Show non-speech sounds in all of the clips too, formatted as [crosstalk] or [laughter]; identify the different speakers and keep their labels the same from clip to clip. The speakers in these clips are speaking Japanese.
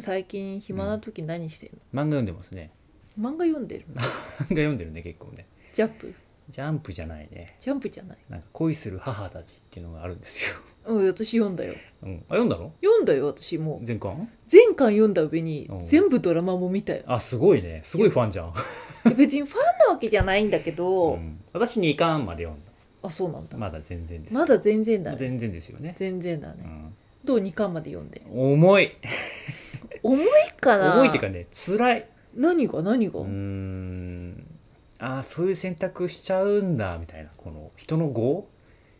Speaker 1: 最近暇な時何してんの、
Speaker 2: 漫画読んでますね
Speaker 1: 漫画読んでるの
Speaker 2: 漫画読んでるね結構ね
Speaker 1: ジャンプ
Speaker 2: ジャンプじゃないね
Speaker 1: ジャンプじゃない
Speaker 2: なんか恋する母たちっていうのがあるんですよ、 [laughs]
Speaker 1: うん私読んだよ
Speaker 2: うん、あ読んだの
Speaker 1: 読んだよ私もう
Speaker 2: 全巻
Speaker 1: 前巻読んだ上に
Speaker 2: うん
Speaker 1: 全部ドラマも見たよ
Speaker 2: あすごいねすごいファンじゃん、
Speaker 1: いや [laughs] 別にファンなわけじゃないんだけど、
Speaker 2: うん、私2巻まで読んだ
Speaker 1: あそうなんだま
Speaker 2: まだ全然です、
Speaker 1: だ全然だね
Speaker 2: 全然ですよね、
Speaker 1: 全然だ
Speaker 2: う
Speaker 1: ね
Speaker 2: ん、
Speaker 1: どう2巻まで読んで
Speaker 2: 重い
Speaker 1: 重いかな
Speaker 2: 重いっていうかね辛い
Speaker 1: 何が何が、
Speaker 2: うーんああそういう選択しちゃうんだみたいなこの人の業、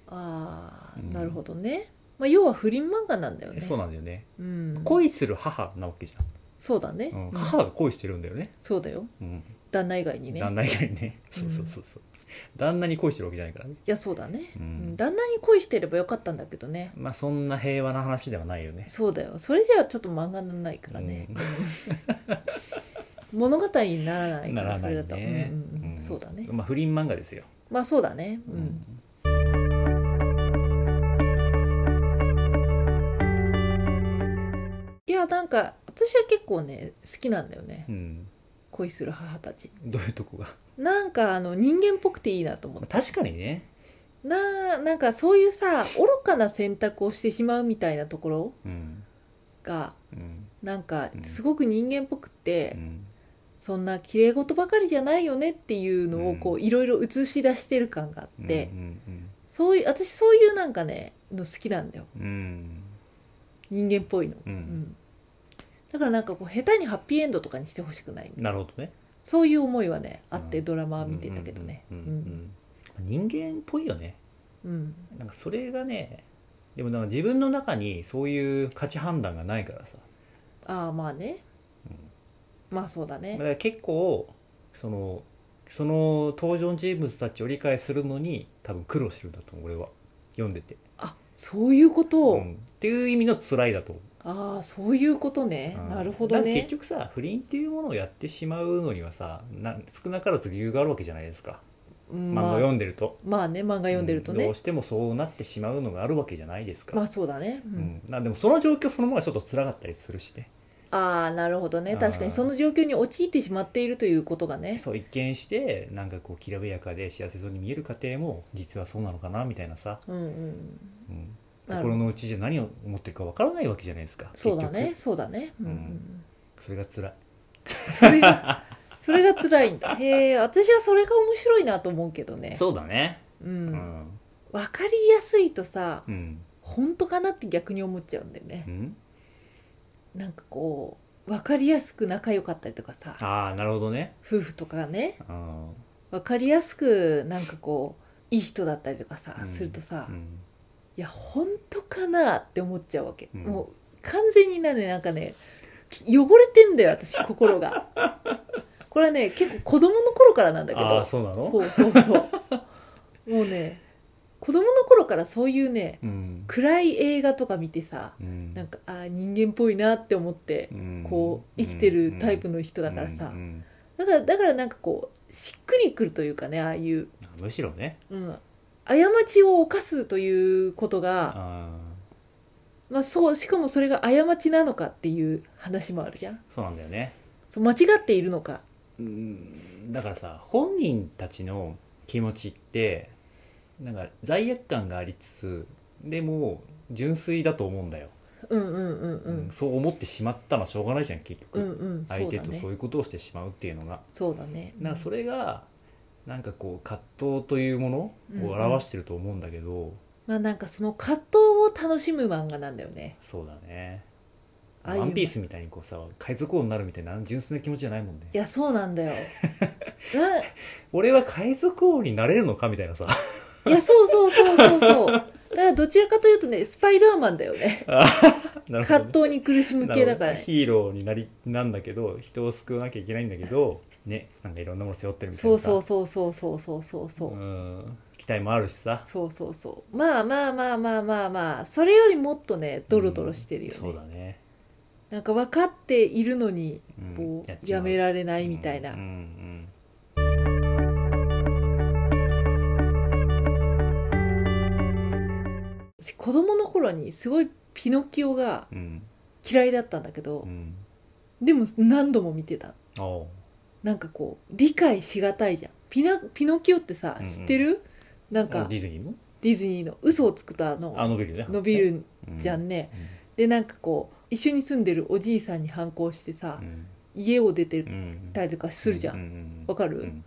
Speaker 1: ああ
Speaker 2: うん
Speaker 1: なるほどね、まあ、要は不倫漫画なんだよね
Speaker 2: そうなんだよね
Speaker 1: うん、
Speaker 2: 恋する母なわけじ
Speaker 1: そうだね
Speaker 2: ゃ、ん、うん
Speaker 1: うん
Speaker 2: 母が恋してるんだよね、
Speaker 1: そうだよ
Speaker 2: うん、
Speaker 1: 旦那以外にね
Speaker 2: 旦那以外にねそうそうそうそう旦那に恋してるわけじゃないからね、
Speaker 1: いやそうだね、
Speaker 2: う
Speaker 1: うん
Speaker 2: ん、
Speaker 1: 旦那に恋してればよかったんだけどね
Speaker 2: まあそんな平和な話ではないよね
Speaker 1: そうだよそれじゃあちょっと漫画にならないからね、物語にならないか
Speaker 2: な
Speaker 1: ら
Speaker 2: ら
Speaker 1: そ
Speaker 2: な
Speaker 1: れだ
Speaker 2: い
Speaker 1: と、
Speaker 2: ね
Speaker 1: うんうんうん
Speaker 2: ん
Speaker 1: そうだね
Speaker 2: まあ不倫漫画ですよ、
Speaker 1: まあそうだねうん、いやなんか私は結構ね好きなんだよね
Speaker 2: うん
Speaker 1: 恋する母たち
Speaker 2: どういうとこが
Speaker 1: なんかあの人間っぽくていいなと思っ
Speaker 2: まあ
Speaker 1: て
Speaker 2: 確かにね、
Speaker 1: ななんかそういうさ愚かな選択をしてしまうみたいなところ
Speaker 2: うん
Speaker 1: が
Speaker 2: うん
Speaker 1: なんか
Speaker 2: うん
Speaker 1: すごく人間っぽくて、
Speaker 2: うん
Speaker 1: そんな綺麗事ばかりじゃないよねっていうのをこ
Speaker 2: う
Speaker 1: ういろいろ映し出してる感があって、
Speaker 2: うん
Speaker 1: そういう私そういうなんかねの好きなんだよ
Speaker 2: うんうん
Speaker 1: 人間っぽいの、
Speaker 2: うん
Speaker 1: うんだからなんかこう下手にハッピーエンドとかにしてほしくない
Speaker 2: なるほどね
Speaker 1: そういう思いはねあって
Speaker 2: うん
Speaker 1: ドラマは見てたけどね
Speaker 2: う
Speaker 1: うん
Speaker 2: うんんうん人間っぽいよね
Speaker 1: うん
Speaker 2: なんかそれがねでもなんか自分の中にそういう価値判断がないからさ
Speaker 1: ああまあね、まあそうだ
Speaker 2: だ
Speaker 1: ね
Speaker 2: から結構そのその登場人物たちを理解するのに多分苦労してるんだと思う俺は読んでて、
Speaker 1: あそういうことを、
Speaker 2: うんっていう意味の辛いだと思う
Speaker 1: ああそういうことね、
Speaker 2: うん
Speaker 1: なるほど
Speaker 2: だって
Speaker 1: ね
Speaker 2: 結局さ不倫っていうものをやってしまうのにはさな少なからず理由があるわけじゃないですか
Speaker 1: うん
Speaker 2: 漫
Speaker 1: ま
Speaker 2: 画
Speaker 1: あ、
Speaker 2: 読んでると、
Speaker 1: まあね漫画読んでると
Speaker 2: うん
Speaker 1: ね
Speaker 2: どう、してもそうなってしまうのがあるわけじゃないですか、
Speaker 1: まあそうだね、う
Speaker 2: うんん、なでもその状況そのものはちょっと辛かったりするしね
Speaker 1: ああなるほど
Speaker 2: あ
Speaker 1: ね
Speaker 2: ー
Speaker 1: 確かにその状況に陥ってしまっているということがね
Speaker 2: そう一見してなんかこうきらびやかで幸せそうに見える過程も実はそうなのかなみたいなさ、
Speaker 1: うんうん
Speaker 2: うん、
Speaker 1: なる
Speaker 2: 心の内で何を思ってるかわからないわけじゃないですか
Speaker 1: そうだ
Speaker 2: 結
Speaker 1: ね
Speaker 2: 局
Speaker 1: そうだね、うんうんう、
Speaker 2: うんそれが辛い
Speaker 1: それがそれが辛いんだへえ私はそれが面白いなと思うけどね
Speaker 2: そうだね
Speaker 1: う、
Speaker 2: うんん
Speaker 1: 分かりやすいとさ
Speaker 2: うん
Speaker 1: 本当かなって逆に思っちゃうんだよね
Speaker 2: う、ん
Speaker 1: なんかこう分かりやすく仲良かったりとかさ
Speaker 2: ああなるほどね
Speaker 1: 夫婦とかね
Speaker 2: うん
Speaker 1: 分かりやすくなんかこういい人だったりとかさ、
Speaker 2: うん
Speaker 1: するとさ、
Speaker 2: う
Speaker 1: い
Speaker 2: ん
Speaker 1: や本当かなって思っちゃうわけ、
Speaker 2: うん
Speaker 1: もう完全になねなんかねき汚れてんだよ私心がこれはね結構子供の頃からなんだけ
Speaker 2: あ
Speaker 1: ど
Speaker 2: あそうなの
Speaker 1: そうそうそうもうね子供の頃からそういうね
Speaker 2: うん
Speaker 1: 暗い映画とか見てさ
Speaker 2: うん
Speaker 1: なんかあー人間っぽいなって思って
Speaker 2: うん
Speaker 1: こう生きてるタイプの人だから
Speaker 2: う
Speaker 1: さ
Speaker 2: んうん
Speaker 1: だからだからなんかこうしっくりくるというかねああいう、
Speaker 2: あむしろね
Speaker 1: うん、過ちを犯すということが、
Speaker 2: あー
Speaker 1: まあ、そうしかもそれが過ちなのかっていう話もあるじゃん
Speaker 2: そうなんだよね
Speaker 1: そう間違っているのか
Speaker 2: うんだからさ本人たちの気持ちってなんか罪悪感がありつつでも純粋だと思うんだよ、
Speaker 1: うんうんうんうん
Speaker 2: そう思ってしまったのはしょうがないじゃん結局、
Speaker 1: うんうんそ
Speaker 2: 相
Speaker 1: う
Speaker 2: 手
Speaker 1: だ
Speaker 2: と
Speaker 1: ね
Speaker 2: そういうことをしてしまうっていうのが
Speaker 1: そうだね
Speaker 2: なんかそれがなんかこう葛藤というものを表してると思うんだけど、
Speaker 1: まあなんかその葛藤を楽しむ漫画なんだよね
Speaker 2: そうだね
Speaker 1: ああいう
Speaker 2: ワンピースみたいにこうさ海賊王になるみたいな純粋な気持ちじゃないもんね
Speaker 1: いやそうなん
Speaker 2: [laughs]
Speaker 1: だよ
Speaker 2: 俺は海賊王になれるのかみたいなさ [laughs]
Speaker 1: ないやそうそうそうそうそうだからどちらかというとねスパイダーマンだよね
Speaker 2: なるほどね
Speaker 1: 葛藤に苦しむ系だから
Speaker 2: なるほど
Speaker 1: ね
Speaker 2: ヒーローになりなんだけど人を救わなきゃいけないんだけどねなんかいろんなもの背負ってるみたい
Speaker 1: そ
Speaker 2: な
Speaker 1: う
Speaker 2: さ
Speaker 1: そうそうそうそうそうそうそう、
Speaker 2: うん期待もあるしさ
Speaker 1: そうそうそうまあまあまあまあまあまあそれよりもっとねドロドロしてるよね、
Speaker 2: そうだね、
Speaker 1: なんか分かっているのに
Speaker 2: う
Speaker 1: こ
Speaker 2: ん
Speaker 1: う
Speaker 2: ちま
Speaker 1: やめられないみたいな、
Speaker 2: うんうん
Speaker 1: 私子供の頃にすごいピノキオが
Speaker 2: うん
Speaker 1: 嫌いだったんだけど、
Speaker 2: うん
Speaker 1: でも何度も見てた
Speaker 2: おう
Speaker 1: なんかこう理解しがたいじゃんピナピノキオってさ
Speaker 2: うんうん
Speaker 1: 知ってる、なん
Speaker 2: あ
Speaker 1: か
Speaker 2: ディズニーの
Speaker 1: ディズニーの嘘をつくとあの
Speaker 2: あ伸びるね
Speaker 1: 伸びるじゃんね、
Speaker 2: うん
Speaker 1: でなんかこう一緒に住んでるおじいさんに反抗してさ、
Speaker 2: うん
Speaker 1: 家を出て
Speaker 2: うん
Speaker 1: たりとかするじゃん、
Speaker 2: う
Speaker 1: わかる、
Speaker 2: うん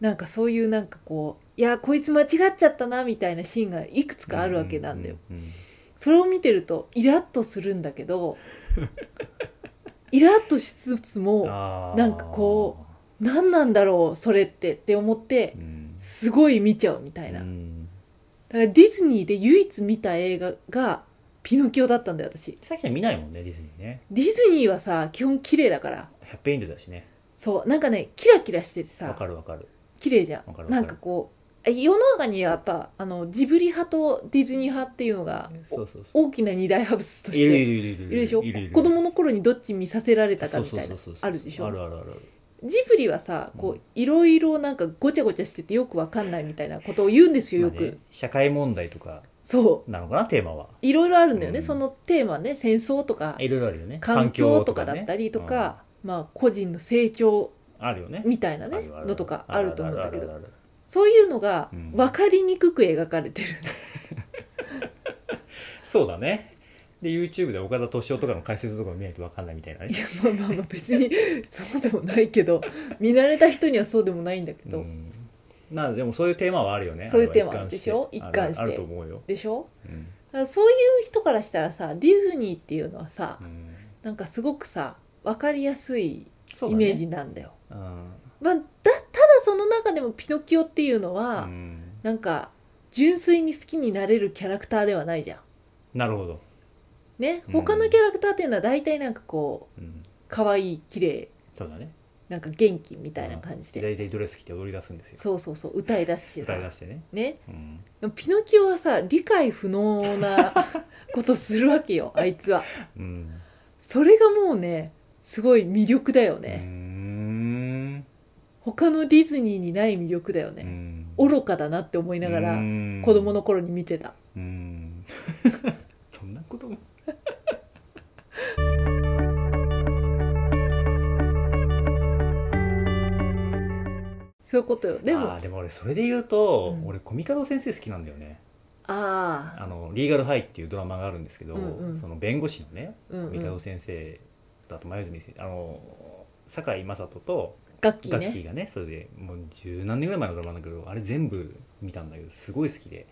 Speaker 1: なんかそういうなんかこういやこいつ間違っちゃったなみたいなシーンがいくつかあるわけなんだよ、
Speaker 2: うんうん
Speaker 1: それを見てるとイラッとするんだけ
Speaker 2: [laughs]
Speaker 1: どイラッとしつつ
Speaker 2: うん
Speaker 1: も
Speaker 2: あー
Speaker 1: なんかこ何なんだろうそれってって思って
Speaker 2: うん
Speaker 1: すごい見ちゃうみたいな、
Speaker 2: う
Speaker 1: だ
Speaker 2: ん
Speaker 1: からディズニーで唯一見た映画がピノキオだったんだよ私
Speaker 2: さっきちゃん見ないもんねディズニーね
Speaker 1: ディズニーはさ基本綺麗だから
Speaker 2: ハッピーエンドだしね
Speaker 1: そうなんかねキラキラしてて
Speaker 2: わ
Speaker 1: さ
Speaker 2: かるわかる
Speaker 1: 綺麗じゃ
Speaker 2: わかるわ
Speaker 1: ん
Speaker 2: かる
Speaker 1: なんかこう世の中にはやっぱあのジブリ派とディズニー派っていうのが
Speaker 2: そうそうそう
Speaker 1: 大きな二大派物として
Speaker 2: いるいるいるいる
Speaker 1: いるでしょ
Speaker 2: いるいる
Speaker 1: 子供の頃にどっち見させられたかみたい
Speaker 2: そ
Speaker 1: な
Speaker 2: うそうそうそう
Speaker 1: あるでしょ
Speaker 2: あるあるあるある
Speaker 1: ジブリはさこ
Speaker 2: う
Speaker 1: ういろいろなんかごちゃごちゃしててよくわかんないみたいなことを言うんですよよ
Speaker 2: まあね
Speaker 1: く
Speaker 2: 社会問題とか
Speaker 1: そう
Speaker 2: なのかなテーマはい
Speaker 1: ろいろあるんだよね
Speaker 2: うん
Speaker 1: そのテーマね戦争とか
Speaker 2: いろいろあるよね
Speaker 1: 環境とかだったりと
Speaker 2: 環境
Speaker 1: かまあ個人の成長
Speaker 2: とかねうんあるよね
Speaker 1: みたいな
Speaker 2: あ
Speaker 1: ね
Speaker 2: るある
Speaker 1: のとかあると思うんだけ
Speaker 2: あ
Speaker 1: ど
Speaker 2: るあるある
Speaker 1: そういうのが
Speaker 2: うん
Speaker 1: 分かりにくく描かれ
Speaker 2: [laughs]
Speaker 1: てる
Speaker 2: そうだねで YouTube で岡田斗司夫とかの解説とかも見ないと分かんないみたいな
Speaker 1: い
Speaker 2: ね
Speaker 1: やまあまあまあ別にそうでもないけど見慣れた人にはそうでもないんだけ
Speaker 2: う
Speaker 1: ど
Speaker 2: んまあでもそういうテーマはあるよね
Speaker 1: そういうテーマ
Speaker 2: あれは貫
Speaker 1: でしょ一貫して
Speaker 2: あるあると思うよ、
Speaker 1: でしょ
Speaker 2: うん
Speaker 1: だからそういう人からしたらさディズニーっていうのはさ
Speaker 2: うん
Speaker 1: なんかすごくさ分かりやすい
Speaker 2: そう
Speaker 1: イ
Speaker 2: だね
Speaker 1: メージなんだよ
Speaker 2: うん
Speaker 1: まあ、だただその中でもピノキオっていうのは、
Speaker 2: うん
Speaker 1: なんか純粋に好きになれるキャラクターではないじゃん。
Speaker 2: なるほど、
Speaker 1: ね
Speaker 2: うん
Speaker 1: 他のキャラクターっていうのは大体なんかこう
Speaker 2: うん、
Speaker 1: 可愛い綺麗
Speaker 2: そうだね
Speaker 1: なんか元気みたいな感じ
Speaker 2: う
Speaker 1: で、
Speaker 2: ん大体ドレス着て踊り出すんですよ
Speaker 1: そうそうそう歌い出すしさ
Speaker 2: 歌い出してね、
Speaker 1: ね
Speaker 2: うん、
Speaker 1: でもピノキオはさ理解不能なことするわけよあいつは。
Speaker 2: うん
Speaker 1: それがもうねすごい魅力だよ
Speaker 2: うー
Speaker 1: ね、
Speaker 2: ん
Speaker 1: 他のディズニーにない魅力だよね、愚かだなって思いながら子
Speaker 2: 子
Speaker 1: 供の頃に見てた。
Speaker 2: うん [laughs] そんなことも
Speaker 1: そういうことよでも
Speaker 2: あーでも俺それで言うと、
Speaker 1: うん
Speaker 2: 俺コミカド先生好きなんだよね
Speaker 1: ああ、
Speaker 2: あの「リーガルハイ」っていうドラマがあるんですけど、
Speaker 1: うんうん
Speaker 2: その弁護士のね
Speaker 1: うんう
Speaker 2: 三門
Speaker 1: ん、
Speaker 2: 先生だと前泉先生あの堺雅人と
Speaker 1: 楽器
Speaker 2: ガッキ
Speaker 1: ね
Speaker 2: ーがねそれでもう十何年ぐらい前のドラマなんだけどあれ全部見たんだけどすごい好きで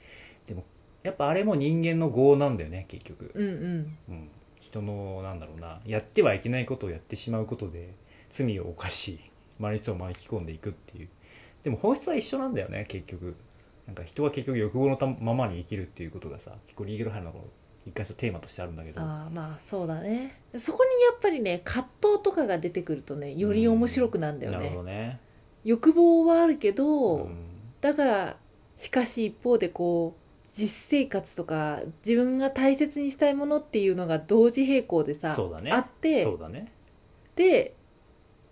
Speaker 2: でもやっぱあれも人間の業なんだよね結局、
Speaker 1: うんうん
Speaker 2: うん、人のなんだろうなやってはいけないことをやってしまうことで罪を犯し周りの人を巻き込んでいくっていうでも本質は一緒なんだよね結局なんか人は結局欲望のたままに生きるっていうことがさ結構リーガルハイの一回したテーマとしてあるんだけど
Speaker 1: ああまあそうだねそこにやっぱりね葛藤とかが出てくるとねより面白くなんだよ
Speaker 2: なる
Speaker 1: ね、
Speaker 2: ほどね
Speaker 1: 欲望はあるけど、
Speaker 2: うん
Speaker 1: だからしかし一方でこう実生活とか自分が大切にしたいものっていうのが同時並行でさ
Speaker 2: そうだね
Speaker 1: あって
Speaker 2: そうだね
Speaker 1: で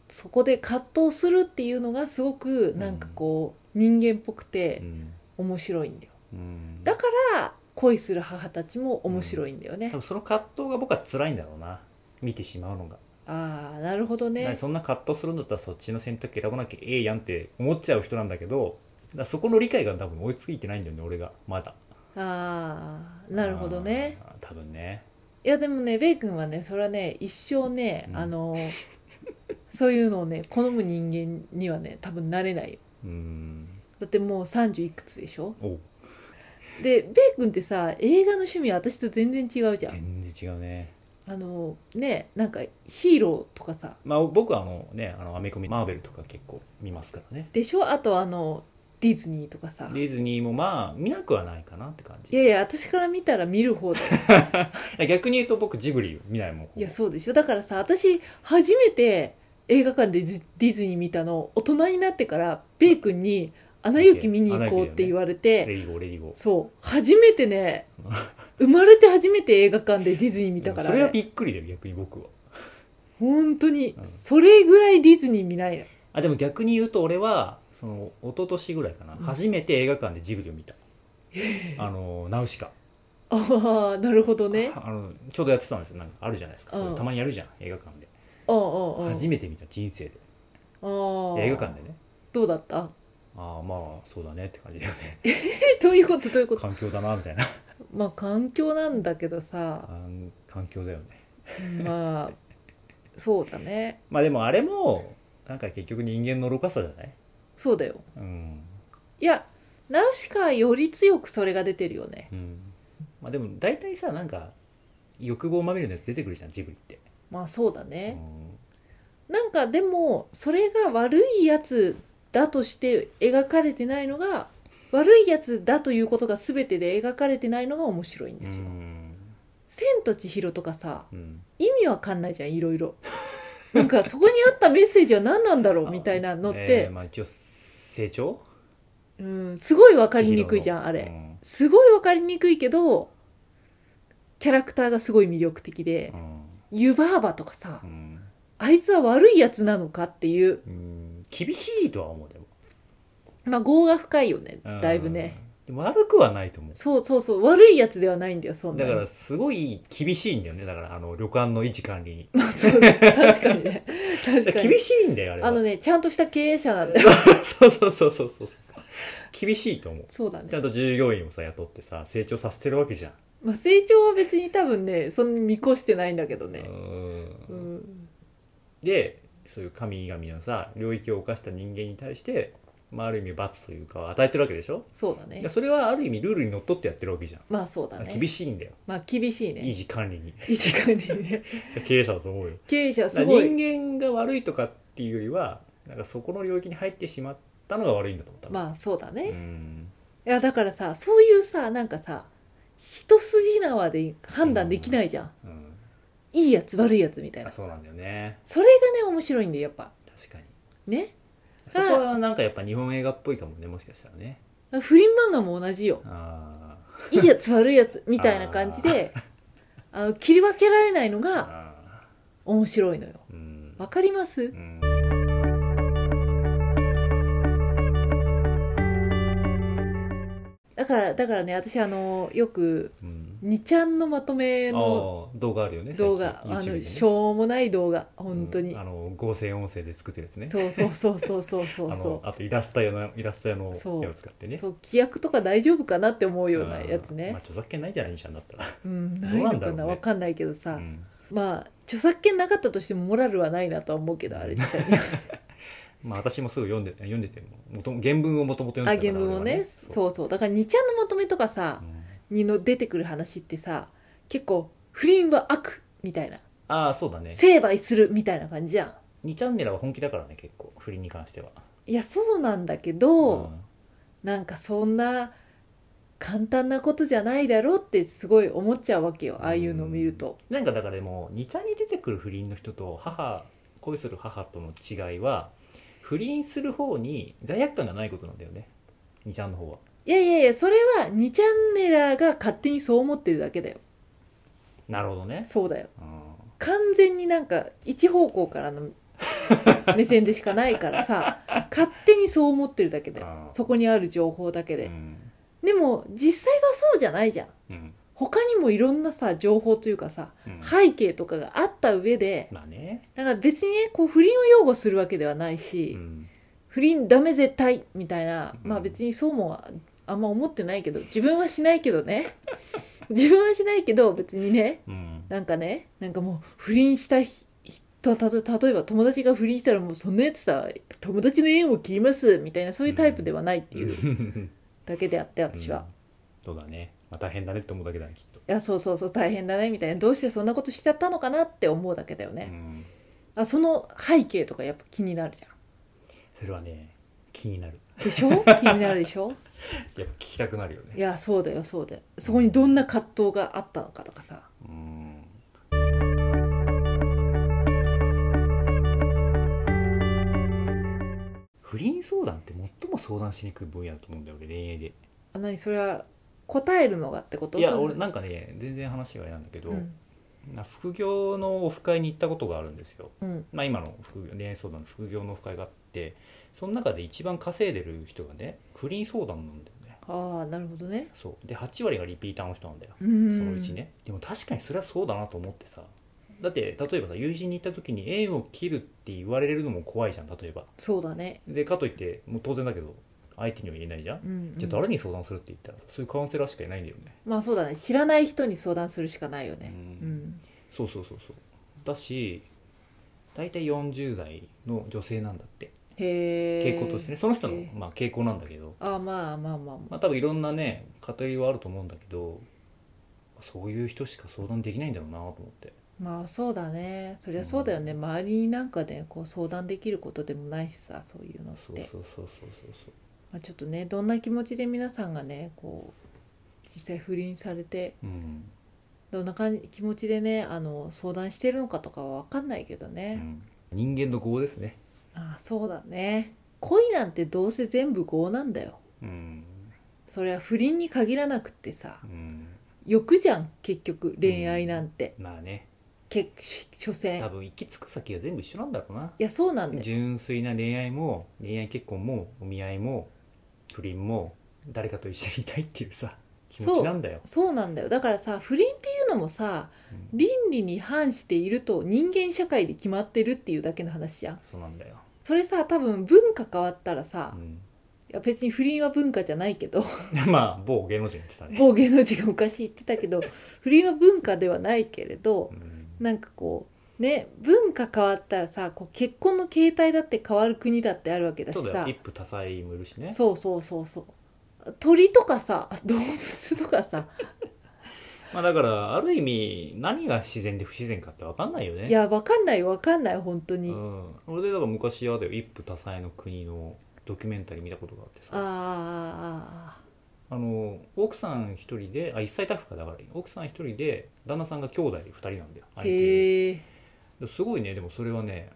Speaker 1: そこで葛藤するっていうのがすごくなんかこう、人間っぽくて
Speaker 2: うん
Speaker 1: 面白いんだよ
Speaker 2: うん
Speaker 1: だから恋する母たちも面白いんだよね、
Speaker 2: 多分その葛藤が僕は辛いんだろうな見てしまうのが、
Speaker 1: ああなるほど
Speaker 2: だから
Speaker 1: ね
Speaker 2: そんな葛藤するんだったらそっちの選択選ばなきゃええやんって思っちゃう人なんだけどだからそこの理解が多分追いついてないんだよね俺がまだ
Speaker 1: ああなるほどね
Speaker 2: あー多分ね
Speaker 1: いやでもねベイ君はねそれはね一生ね、
Speaker 2: うん
Speaker 1: あのそういうのをね好む人間にはね多分なれないよ
Speaker 2: うん
Speaker 1: だってもう30いくつでしょ
Speaker 2: お
Speaker 1: でベイ君ってさ映画の趣味は私と全然違うじゃん
Speaker 2: 全然違うね
Speaker 1: あのねなんかヒーローとかさ
Speaker 2: まあ僕はあのねあのアメコミマーベルとか結構見ますからね
Speaker 1: でしょあとあのディズニーとかさ
Speaker 2: ディズニーもまあ見なくはないかなって感じ
Speaker 1: いやいや私から見たら見る方だよ
Speaker 2: 逆に言うと僕ジブリ見ないもん
Speaker 1: いやそうでしょだからさ私初めて映画館でジディズニー見たの大人になってからベイ君に「アナ雪見に行こう」って言われて、
Speaker 2: レディーゴーレディーゴー
Speaker 1: そう初めてね生まれて初めて映画館でディズニー見たから、
Speaker 2: それは
Speaker 1: ね、
Speaker 2: びっくりだよ逆に僕は
Speaker 1: 本当に
Speaker 2: うん
Speaker 1: それぐらいディズニー見ないの
Speaker 2: あでも逆に言うと俺はその一昨年ぐらいかな、
Speaker 1: うん
Speaker 2: 初めて映画館でジブリを見たあのナウシカ、
Speaker 1: ああなるほどね
Speaker 2: あのちょうどやってたんですよなんかあるじゃないですか、そういう
Speaker 1: うん
Speaker 2: たまにやるじゃん映画館で
Speaker 1: うんうんうん
Speaker 2: 初めて見た人生で
Speaker 1: あー
Speaker 2: 映画館でね
Speaker 1: どうだった
Speaker 2: ああまあそうだねって感じだよね
Speaker 1: えどういうことどういうこと
Speaker 2: 環境だなみたいな
Speaker 1: まあ環境なんだけどさ
Speaker 2: 環環境だよね
Speaker 1: まあそうだね
Speaker 2: まあでもあれもなんか結局人間の愚かさじゃない
Speaker 1: そうだよ
Speaker 2: うん、
Speaker 1: いやナウシカはより強くそれが出てるよね
Speaker 2: うん、まあでも大体さなんか欲望まみれのやつ出てくるじゃんジブリって、
Speaker 1: まあそうだ
Speaker 2: う
Speaker 1: ね、
Speaker 2: ん、
Speaker 1: なんかでもそれが悪いやつだとして描かれてないのが悪いやつだということが全てで描かれてないのが面白いん
Speaker 2: う
Speaker 1: ですよ。
Speaker 2: ん
Speaker 1: 千と千尋とかさ
Speaker 2: うん
Speaker 1: 意味わかんないじゃんいろい [laughs] ろ。なんかそこにあったメッセージは何なんだろうみたいなのっ
Speaker 2: えー
Speaker 1: て、
Speaker 2: まあ一応成長
Speaker 1: うんすごいわかりにくいじゃんあ
Speaker 2: う
Speaker 1: れ。
Speaker 2: ん
Speaker 1: すごいわかりにくいけどキャラクターがすごい魅力的で
Speaker 2: うん
Speaker 1: 湯婆婆とかさ
Speaker 2: うん
Speaker 1: あいつは悪いやつなのかっていう
Speaker 2: うん厳しいとは思うでも
Speaker 1: まあ業が深いよね
Speaker 2: うん
Speaker 1: だいぶね。
Speaker 2: でも悪くはないと思う
Speaker 1: そうそうそう悪いやつではないんだよそんな
Speaker 2: だ
Speaker 1: に
Speaker 2: からすごい厳しいんだよねだからあの旅館の維持管理に
Speaker 1: まあそうね
Speaker 2: [laughs]
Speaker 1: 確かにね確かに
Speaker 2: 厳しいんだよあれは
Speaker 1: あのねちゃんとした経営者なんだよ
Speaker 2: [laughs] そうそうそうそうそうそう厳しいと思う
Speaker 1: そうだ
Speaker 2: ちゃ
Speaker 1: ね、
Speaker 2: んと従業員をさ雇ってさ成長させてるわけじゃん
Speaker 1: まあ、成長は別に多分ねそんなに見越してないんだけど
Speaker 2: う
Speaker 1: ねうんん
Speaker 2: でそういう神々のさ領域を犯した人間に対して、まあ、ある意味罰というか与えてるわけでしょ
Speaker 1: そうだ
Speaker 2: い
Speaker 1: ね
Speaker 2: やそれはある意味ルールにのっとってやってるわけじゃん、
Speaker 1: まあそうだね
Speaker 2: 厳しいんだよ
Speaker 1: まあ厳しい
Speaker 2: 維
Speaker 1: ね
Speaker 2: 持管理に [laughs]
Speaker 1: 一時間にね
Speaker 2: 経営者だと思うよ
Speaker 1: 経営者はす
Speaker 2: だか
Speaker 1: ご
Speaker 2: ら
Speaker 1: い
Speaker 2: 人間が悪いとかっていうよりはなんかそこの領域に入ってしまったのが悪いんだと思ったあ
Speaker 1: まあそうだね、い
Speaker 2: うん
Speaker 1: やだからさそういうさなんかさ一筋縄で判断できないじゃん、
Speaker 2: うん
Speaker 1: いいやつ悪いやつみたい
Speaker 2: あ
Speaker 1: な
Speaker 2: そうなんだよね
Speaker 1: それがね面白いんだよやっぱ
Speaker 2: 確かに
Speaker 1: ね
Speaker 2: そこはなんかやっぱ日本映画っぽいかもねもしかしたらね
Speaker 1: 不倫漫画も同じよ [laughs]
Speaker 2: あ
Speaker 1: いいやつ悪いやつみたいな感じであの切り分けられないの
Speaker 2: ー
Speaker 1: が
Speaker 2: あ
Speaker 1: 面白いのよ
Speaker 2: ーうん
Speaker 1: わかります
Speaker 2: うん
Speaker 1: だからだからね私あのよく
Speaker 2: うん
Speaker 1: 2ちゃんのまとめ
Speaker 2: あ
Speaker 1: の
Speaker 2: ー動画あるよね
Speaker 1: 動画あ
Speaker 2: 最近 YouTube で
Speaker 1: の
Speaker 2: ね
Speaker 1: しょうもない動画
Speaker 2: うん
Speaker 1: 本当に、
Speaker 2: あの合成音声で作ってるやつね
Speaker 1: そうそうそうそうそうそう
Speaker 2: [laughs] あの
Speaker 1: そ
Speaker 2: あとイラスト屋のイラスト屋の
Speaker 1: そう
Speaker 2: 絵を使って
Speaker 1: う、
Speaker 2: ね
Speaker 1: そう規約とか大丈夫かなって思うようなやつ
Speaker 2: うんまあ、
Speaker 1: ね
Speaker 2: 著作権ないじゃないじゃんだったら、
Speaker 1: うん
Speaker 2: ど
Speaker 1: な
Speaker 2: う
Speaker 1: い
Speaker 2: な
Speaker 1: の
Speaker 2: んだ
Speaker 1: か
Speaker 2: ろうね
Speaker 1: なわかんないけどさ、
Speaker 2: うん
Speaker 1: まあ著作権なかったとしてもモラルはないなとは思うけどあれ自体に
Speaker 2: まあ私もすぐ読んで読んでても元々原文をもともと
Speaker 1: あ
Speaker 2: 読んで
Speaker 1: 原
Speaker 2: たから
Speaker 1: 文を
Speaker 2: 俺は
Speaker 1: ねそうそうだから2ちゃんのまとめとかさ、
Speaker 2: うん
Speaker 1: にの出てくる話ってさ結構不倫は悪みたいな
Speaker 2: ああそうだね
Speaker 1: 成敗するみたいな感じじゃん
Speaker 2: 2チャンネルは本気だからね結構不倫に関してはい
Speaker 1: やそうなんだけど、
Speaker 2: うん
Speaker 1: なんかそんな簡単なことじゃないだろうってすごい思っちゃうわけよああいうのを見ると、
Speaker 2: なんかだからでも2ちゃんに出てくる不倫の人と母恋する母との違いは不倫する方に罪悪感がないことなんだよね2ちゃんの方はい
Speaker 1: やいやいやそれは2チャンネラーが勝手にそう思ってるだけだよ
Speaker 2: なるほどね、
Speaker 1: そうだよ
Speaker 2: うん
Speaker 1: 完全になんか一方向からの目線でしかないから
Speaker 2: [laughs]
Speaker 1: さ勝手にそう思ってるだけだよ
Speaker 2: あー
Speaker 1: そこにある情報だけ
Speaker 2: う
Speaker 1: で、
Speaker 2: ん
Speaker 1: でも実際はそうじゃないじゃん
Speaker 2: うん
Speaker 1: 他にもいろんなさ情報というかさ
Speaker 2: うん
Speaker 1: 背景とかがあった上で
Speaker 2: まあね、
Speaker 1: だから別にねこう不倫を擁護するわけではないし、
Speaker 2: うん
Speaker 1: 不倫ダメ絶対みたいな
Speaker 2: うん
Speaker 1: まあ別にそうもあんま思ってないけど自分はしないけどね [laughs] 自分はしないけど別にね
Speaker 2: うん、
Speaker 1: なんかねなんかもう不倫した人たと例えば友達が不倫したらもうそんなやつさ友達の縁を切りますみたいなそういうタイプではないっていう
Speaker 2: [laughs] うん
Speaker 1: だけであって私は。
Speaker 2: そうだね、まあ、大変だねって思うだけだねきっと、
Speaker 1: いやそうそうそう大変だねみたいなどうしてそんなことしちゃったのかなって思うだけだよ
Speaker 2: う
Speaker 1: ね、
Speaker 2: ん、
Speaker 1: あその背景とかやっぱ気になるじゃ
Speaker 2: それはね気になる
Speaker 1: んでしょ
Speaker 2: [laughs]
Speaker 1: 気になるでしょ
Speaker 2: やっぱ聞きたくなるよね
Speaker 1: いやそうだよそうだよそこにどんな葛藤があったのかとかさ
Speaker 2: うん不倫相談って最も相談しにくい分野だと思うんだよ俺恋愛で
Speaker 1: あ何それは答えるのがってこと
Speaker 2: い
Speaker 1: そ
Speaker 2: や
Speaker 1: う
Speaker 2: 俺なんかね全然話があれなんだけど、
Speaker 1: うん
Speaker 2: な副業のオフ会に行ったことがあるんですよ、
Speaker 1: うん
Speaker 2: まあ、今の副業恋愛相談の副業のオフ会があってその中で一番稼いでる人がね不倫相談なんだよね
Speaker 1: ああなるほどね
Speaker 2: そうで8割がリピーターの人なんだよ
Speaker 1: そ
Speaker 2: そのうちねでも確かにそれはそうだなと思ってさ
Speaker 1: う
Speaker 2: だって例えばさ友人に行った時に縁を切るって言われるのも怖いじゃん例えば
Speaker 1: そうだね
Speaker 2: でかといってもう当然だけど相手には言えないじゃん、
Speaker 1: うんうん
Speaker 2: じゃあ誰に相談するって言ったらさそういうカウンセラーしかいないんだよね
Speaker 1: まあそうだね知らない人に相談するしかないよね
Speaker 2: うそうそうそうそうだし大体40代の女性なんだって
Speaker 1: へえ
Speaker 2: 傾向としてねその人の
Speaker 1: へー
Speaker 2: まあ傾向なんだけど
Speaker 1: あまあまあまあまあ
Speaker 2: まあ多分いろんなね偏りはあると思うんだけどそういう人しか相談できないんだろうなと思って
Speaker 1: まあそうだねそりゃそうだよね、周りになんかねこう相談できることでもないしさそういうのって
Speaker 2: そうそうそうそうそうそう
Speaker 1: まあ、ちょっとねどんな気持ちで皆さんがねこう実際不倫されて
Speaker 2: うん、
Speaker 1: どんな感じ気持ちでねあの相談してるのかとかは分かんないけど
Speaker 2: う
Speaker 1: ね、
Speaker 2: ん、人間の業ですね
Speaker 1: ああそうだね恋なんてどうせ全部業なんだよ
Speaker 2: うん
Speaker 1: それは不倫に限らなくってさ
Speaker 2: うん
Speaker 1: 欲じゃん結局恋愛なんて、
Speaker 2: まあね
Speaker 1: 結所詮
Speaker 2: 多分行き着く先は全部一緒なんだろうない
Speaker 1: やそうなんだよ
Speaker 2: 純粋な恋愛も恋愛結婚もお見合いも不倫も誰かと一緒にいたいっていうさ気持ちなんだよ
Speaker 1: そうなんだよだからさ不倫っていうのもさ
Speaker 2: うん
Speaker 1: 倫理に反していると人間社会で決まってるっていうだけの話じゃん
Speaker 2: そうなんだよ、
Speaker 1: それさ多分文化変わったらさ、
Speaker 2: う
Speaker 1: い
Speaker 2: ん、 [laughs]
Speaker 1: や別に不倫は文化じゃないけど
Speaker 2: まあ某芸能人が言ってたね
Speaker 1: 某芸能人が昔言ってたけど不倫は文化ではないけれど
Speaker 2: うん
Speaker 1: なんかこうね文化変わったらさこう結婚の形態だって変わる国だってあるわけだし
Speaker 2: そうだ
Speaker 1: さ
Speaker 2: よ一夫多妻もいるしね
Speaker 1: そうそうそうそう鳥とかさ [laughs] 動物とかさ
Speaker 2: まあだからある意味何が自然で不自然かって分かんないよね
Speaker 1: いやわかんないわかんない本当
Speaker 2: う
Speaker 1: に、
Speaker 2: ん、俺でだから昔あれだよ一夫多妻の国のドキュメンタリー見たことがあって
Speaker 1: あー
Speaker 2: さ
Speaker 1: あ
Speaker 2: あの奥さん一人であ一妻多夫かだから奥さん一人で旦那さんが兄弟で二人なんだよ
Speaker 1: ーあー
Speaker 2: 相手に
Speaker 1: へえ
Speaker 2: ですごいねでもそれはね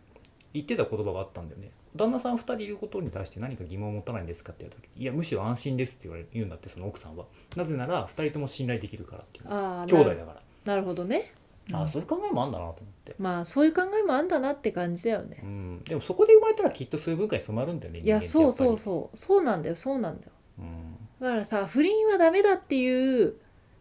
Speaker 2: 言ってた言葉があったんだよね旦那さん2人いることに対して何か疑問を持たないんですかって言った時いやむしろ安心ですって言われる言うんだってその奥さんはなぜなら2人とも信頼できるからっていう
Speaker 1: ああ
Speaker 2: 兄弟だから
Speaker 1: なるほどね、
Speaker 2: あ
Speaker 1: うん
Speaker 2: あそういう考えもあんだなと思って、
Speaker 1: まあそういう考えもあんだなって感じだよね
Speaker 2: うん、でもそこで生まれたらきっとそういう文化に染まるんだよね
Speaker 1: いや
Speaker 2: 人間
Speaker 1: そう
Speaker 2: ってや
Speaker 1: そ
Speaker 2: っぱり
Speaker 1: うそうそうなんだよそうなんだよ
Speaker 2: うん
Speaker 1: だからさ不倫はダメだっていう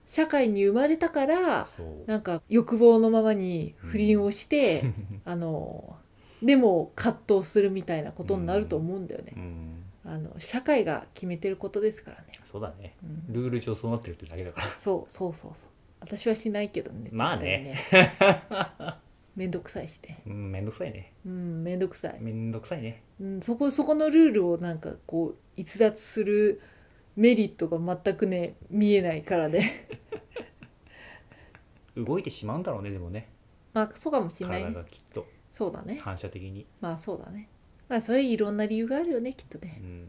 Speaker 1: 社会に生まれたから
Speaker 2: そう
Speaker 1: なんか欲望のままに不倫をして、あのでも葛藤するみたいなことになると思うんだよね
Speaker 2: う、ん
Speaker 1: あの社会が決めてることですからね、
Speaker 2: そうだね
Speaker 1: うん
Speaker 2: [laughs] ルール上そうなってるってだけだから
Speaker 1: そうそうそうそう私はしないけどね
Speaker 2: まあ
Speaker 1: 対
Speaker 2: ね
Speaker 1: ね
Speaker 2: [laughs]
Speaker 1: めんどくさいしね
Speaker 2: うんめんどくさいね
Speaker 1: うんめんどくさい
Speaker 2: めんどくさいね
Speaker 1: うん、そこそこのルールをなんかこう逸脱するメリットが全くね見えないから
Speaker 2: [laughs]
Speaker 1: ね
Speaker 2: 動いてしまうんだろうねでもね
Speaker 1: まあそうかもしれない
Speaker 2: 体
Speaker 1: ね
Speaker 2: がきっと
Speaker 1: そうだね
Speaker 2: 反射的に、
Speaker 1: まあそうだねまあそれいろんな理由があるよねきっと
Speaker 2: う
Speaker 1: ね、
Speaker 2: ん
Speaker 1: うん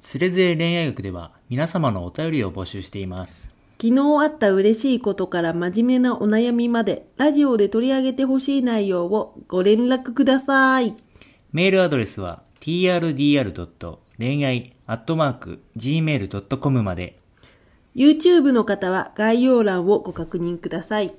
Speaker 2: つれづれ恋愛学では皆様のお便りを募集しています
Speaker 3: 昨日あった嬉しいことから真面目なお悩みまで、ラジオで取り上げてほしい内容をご連絡ください。
Speaker 2: メールアドレスは trdr. 恋愛 .gmail.com まで
Speaker 3: YouTube の方は概要欄をご確認ください。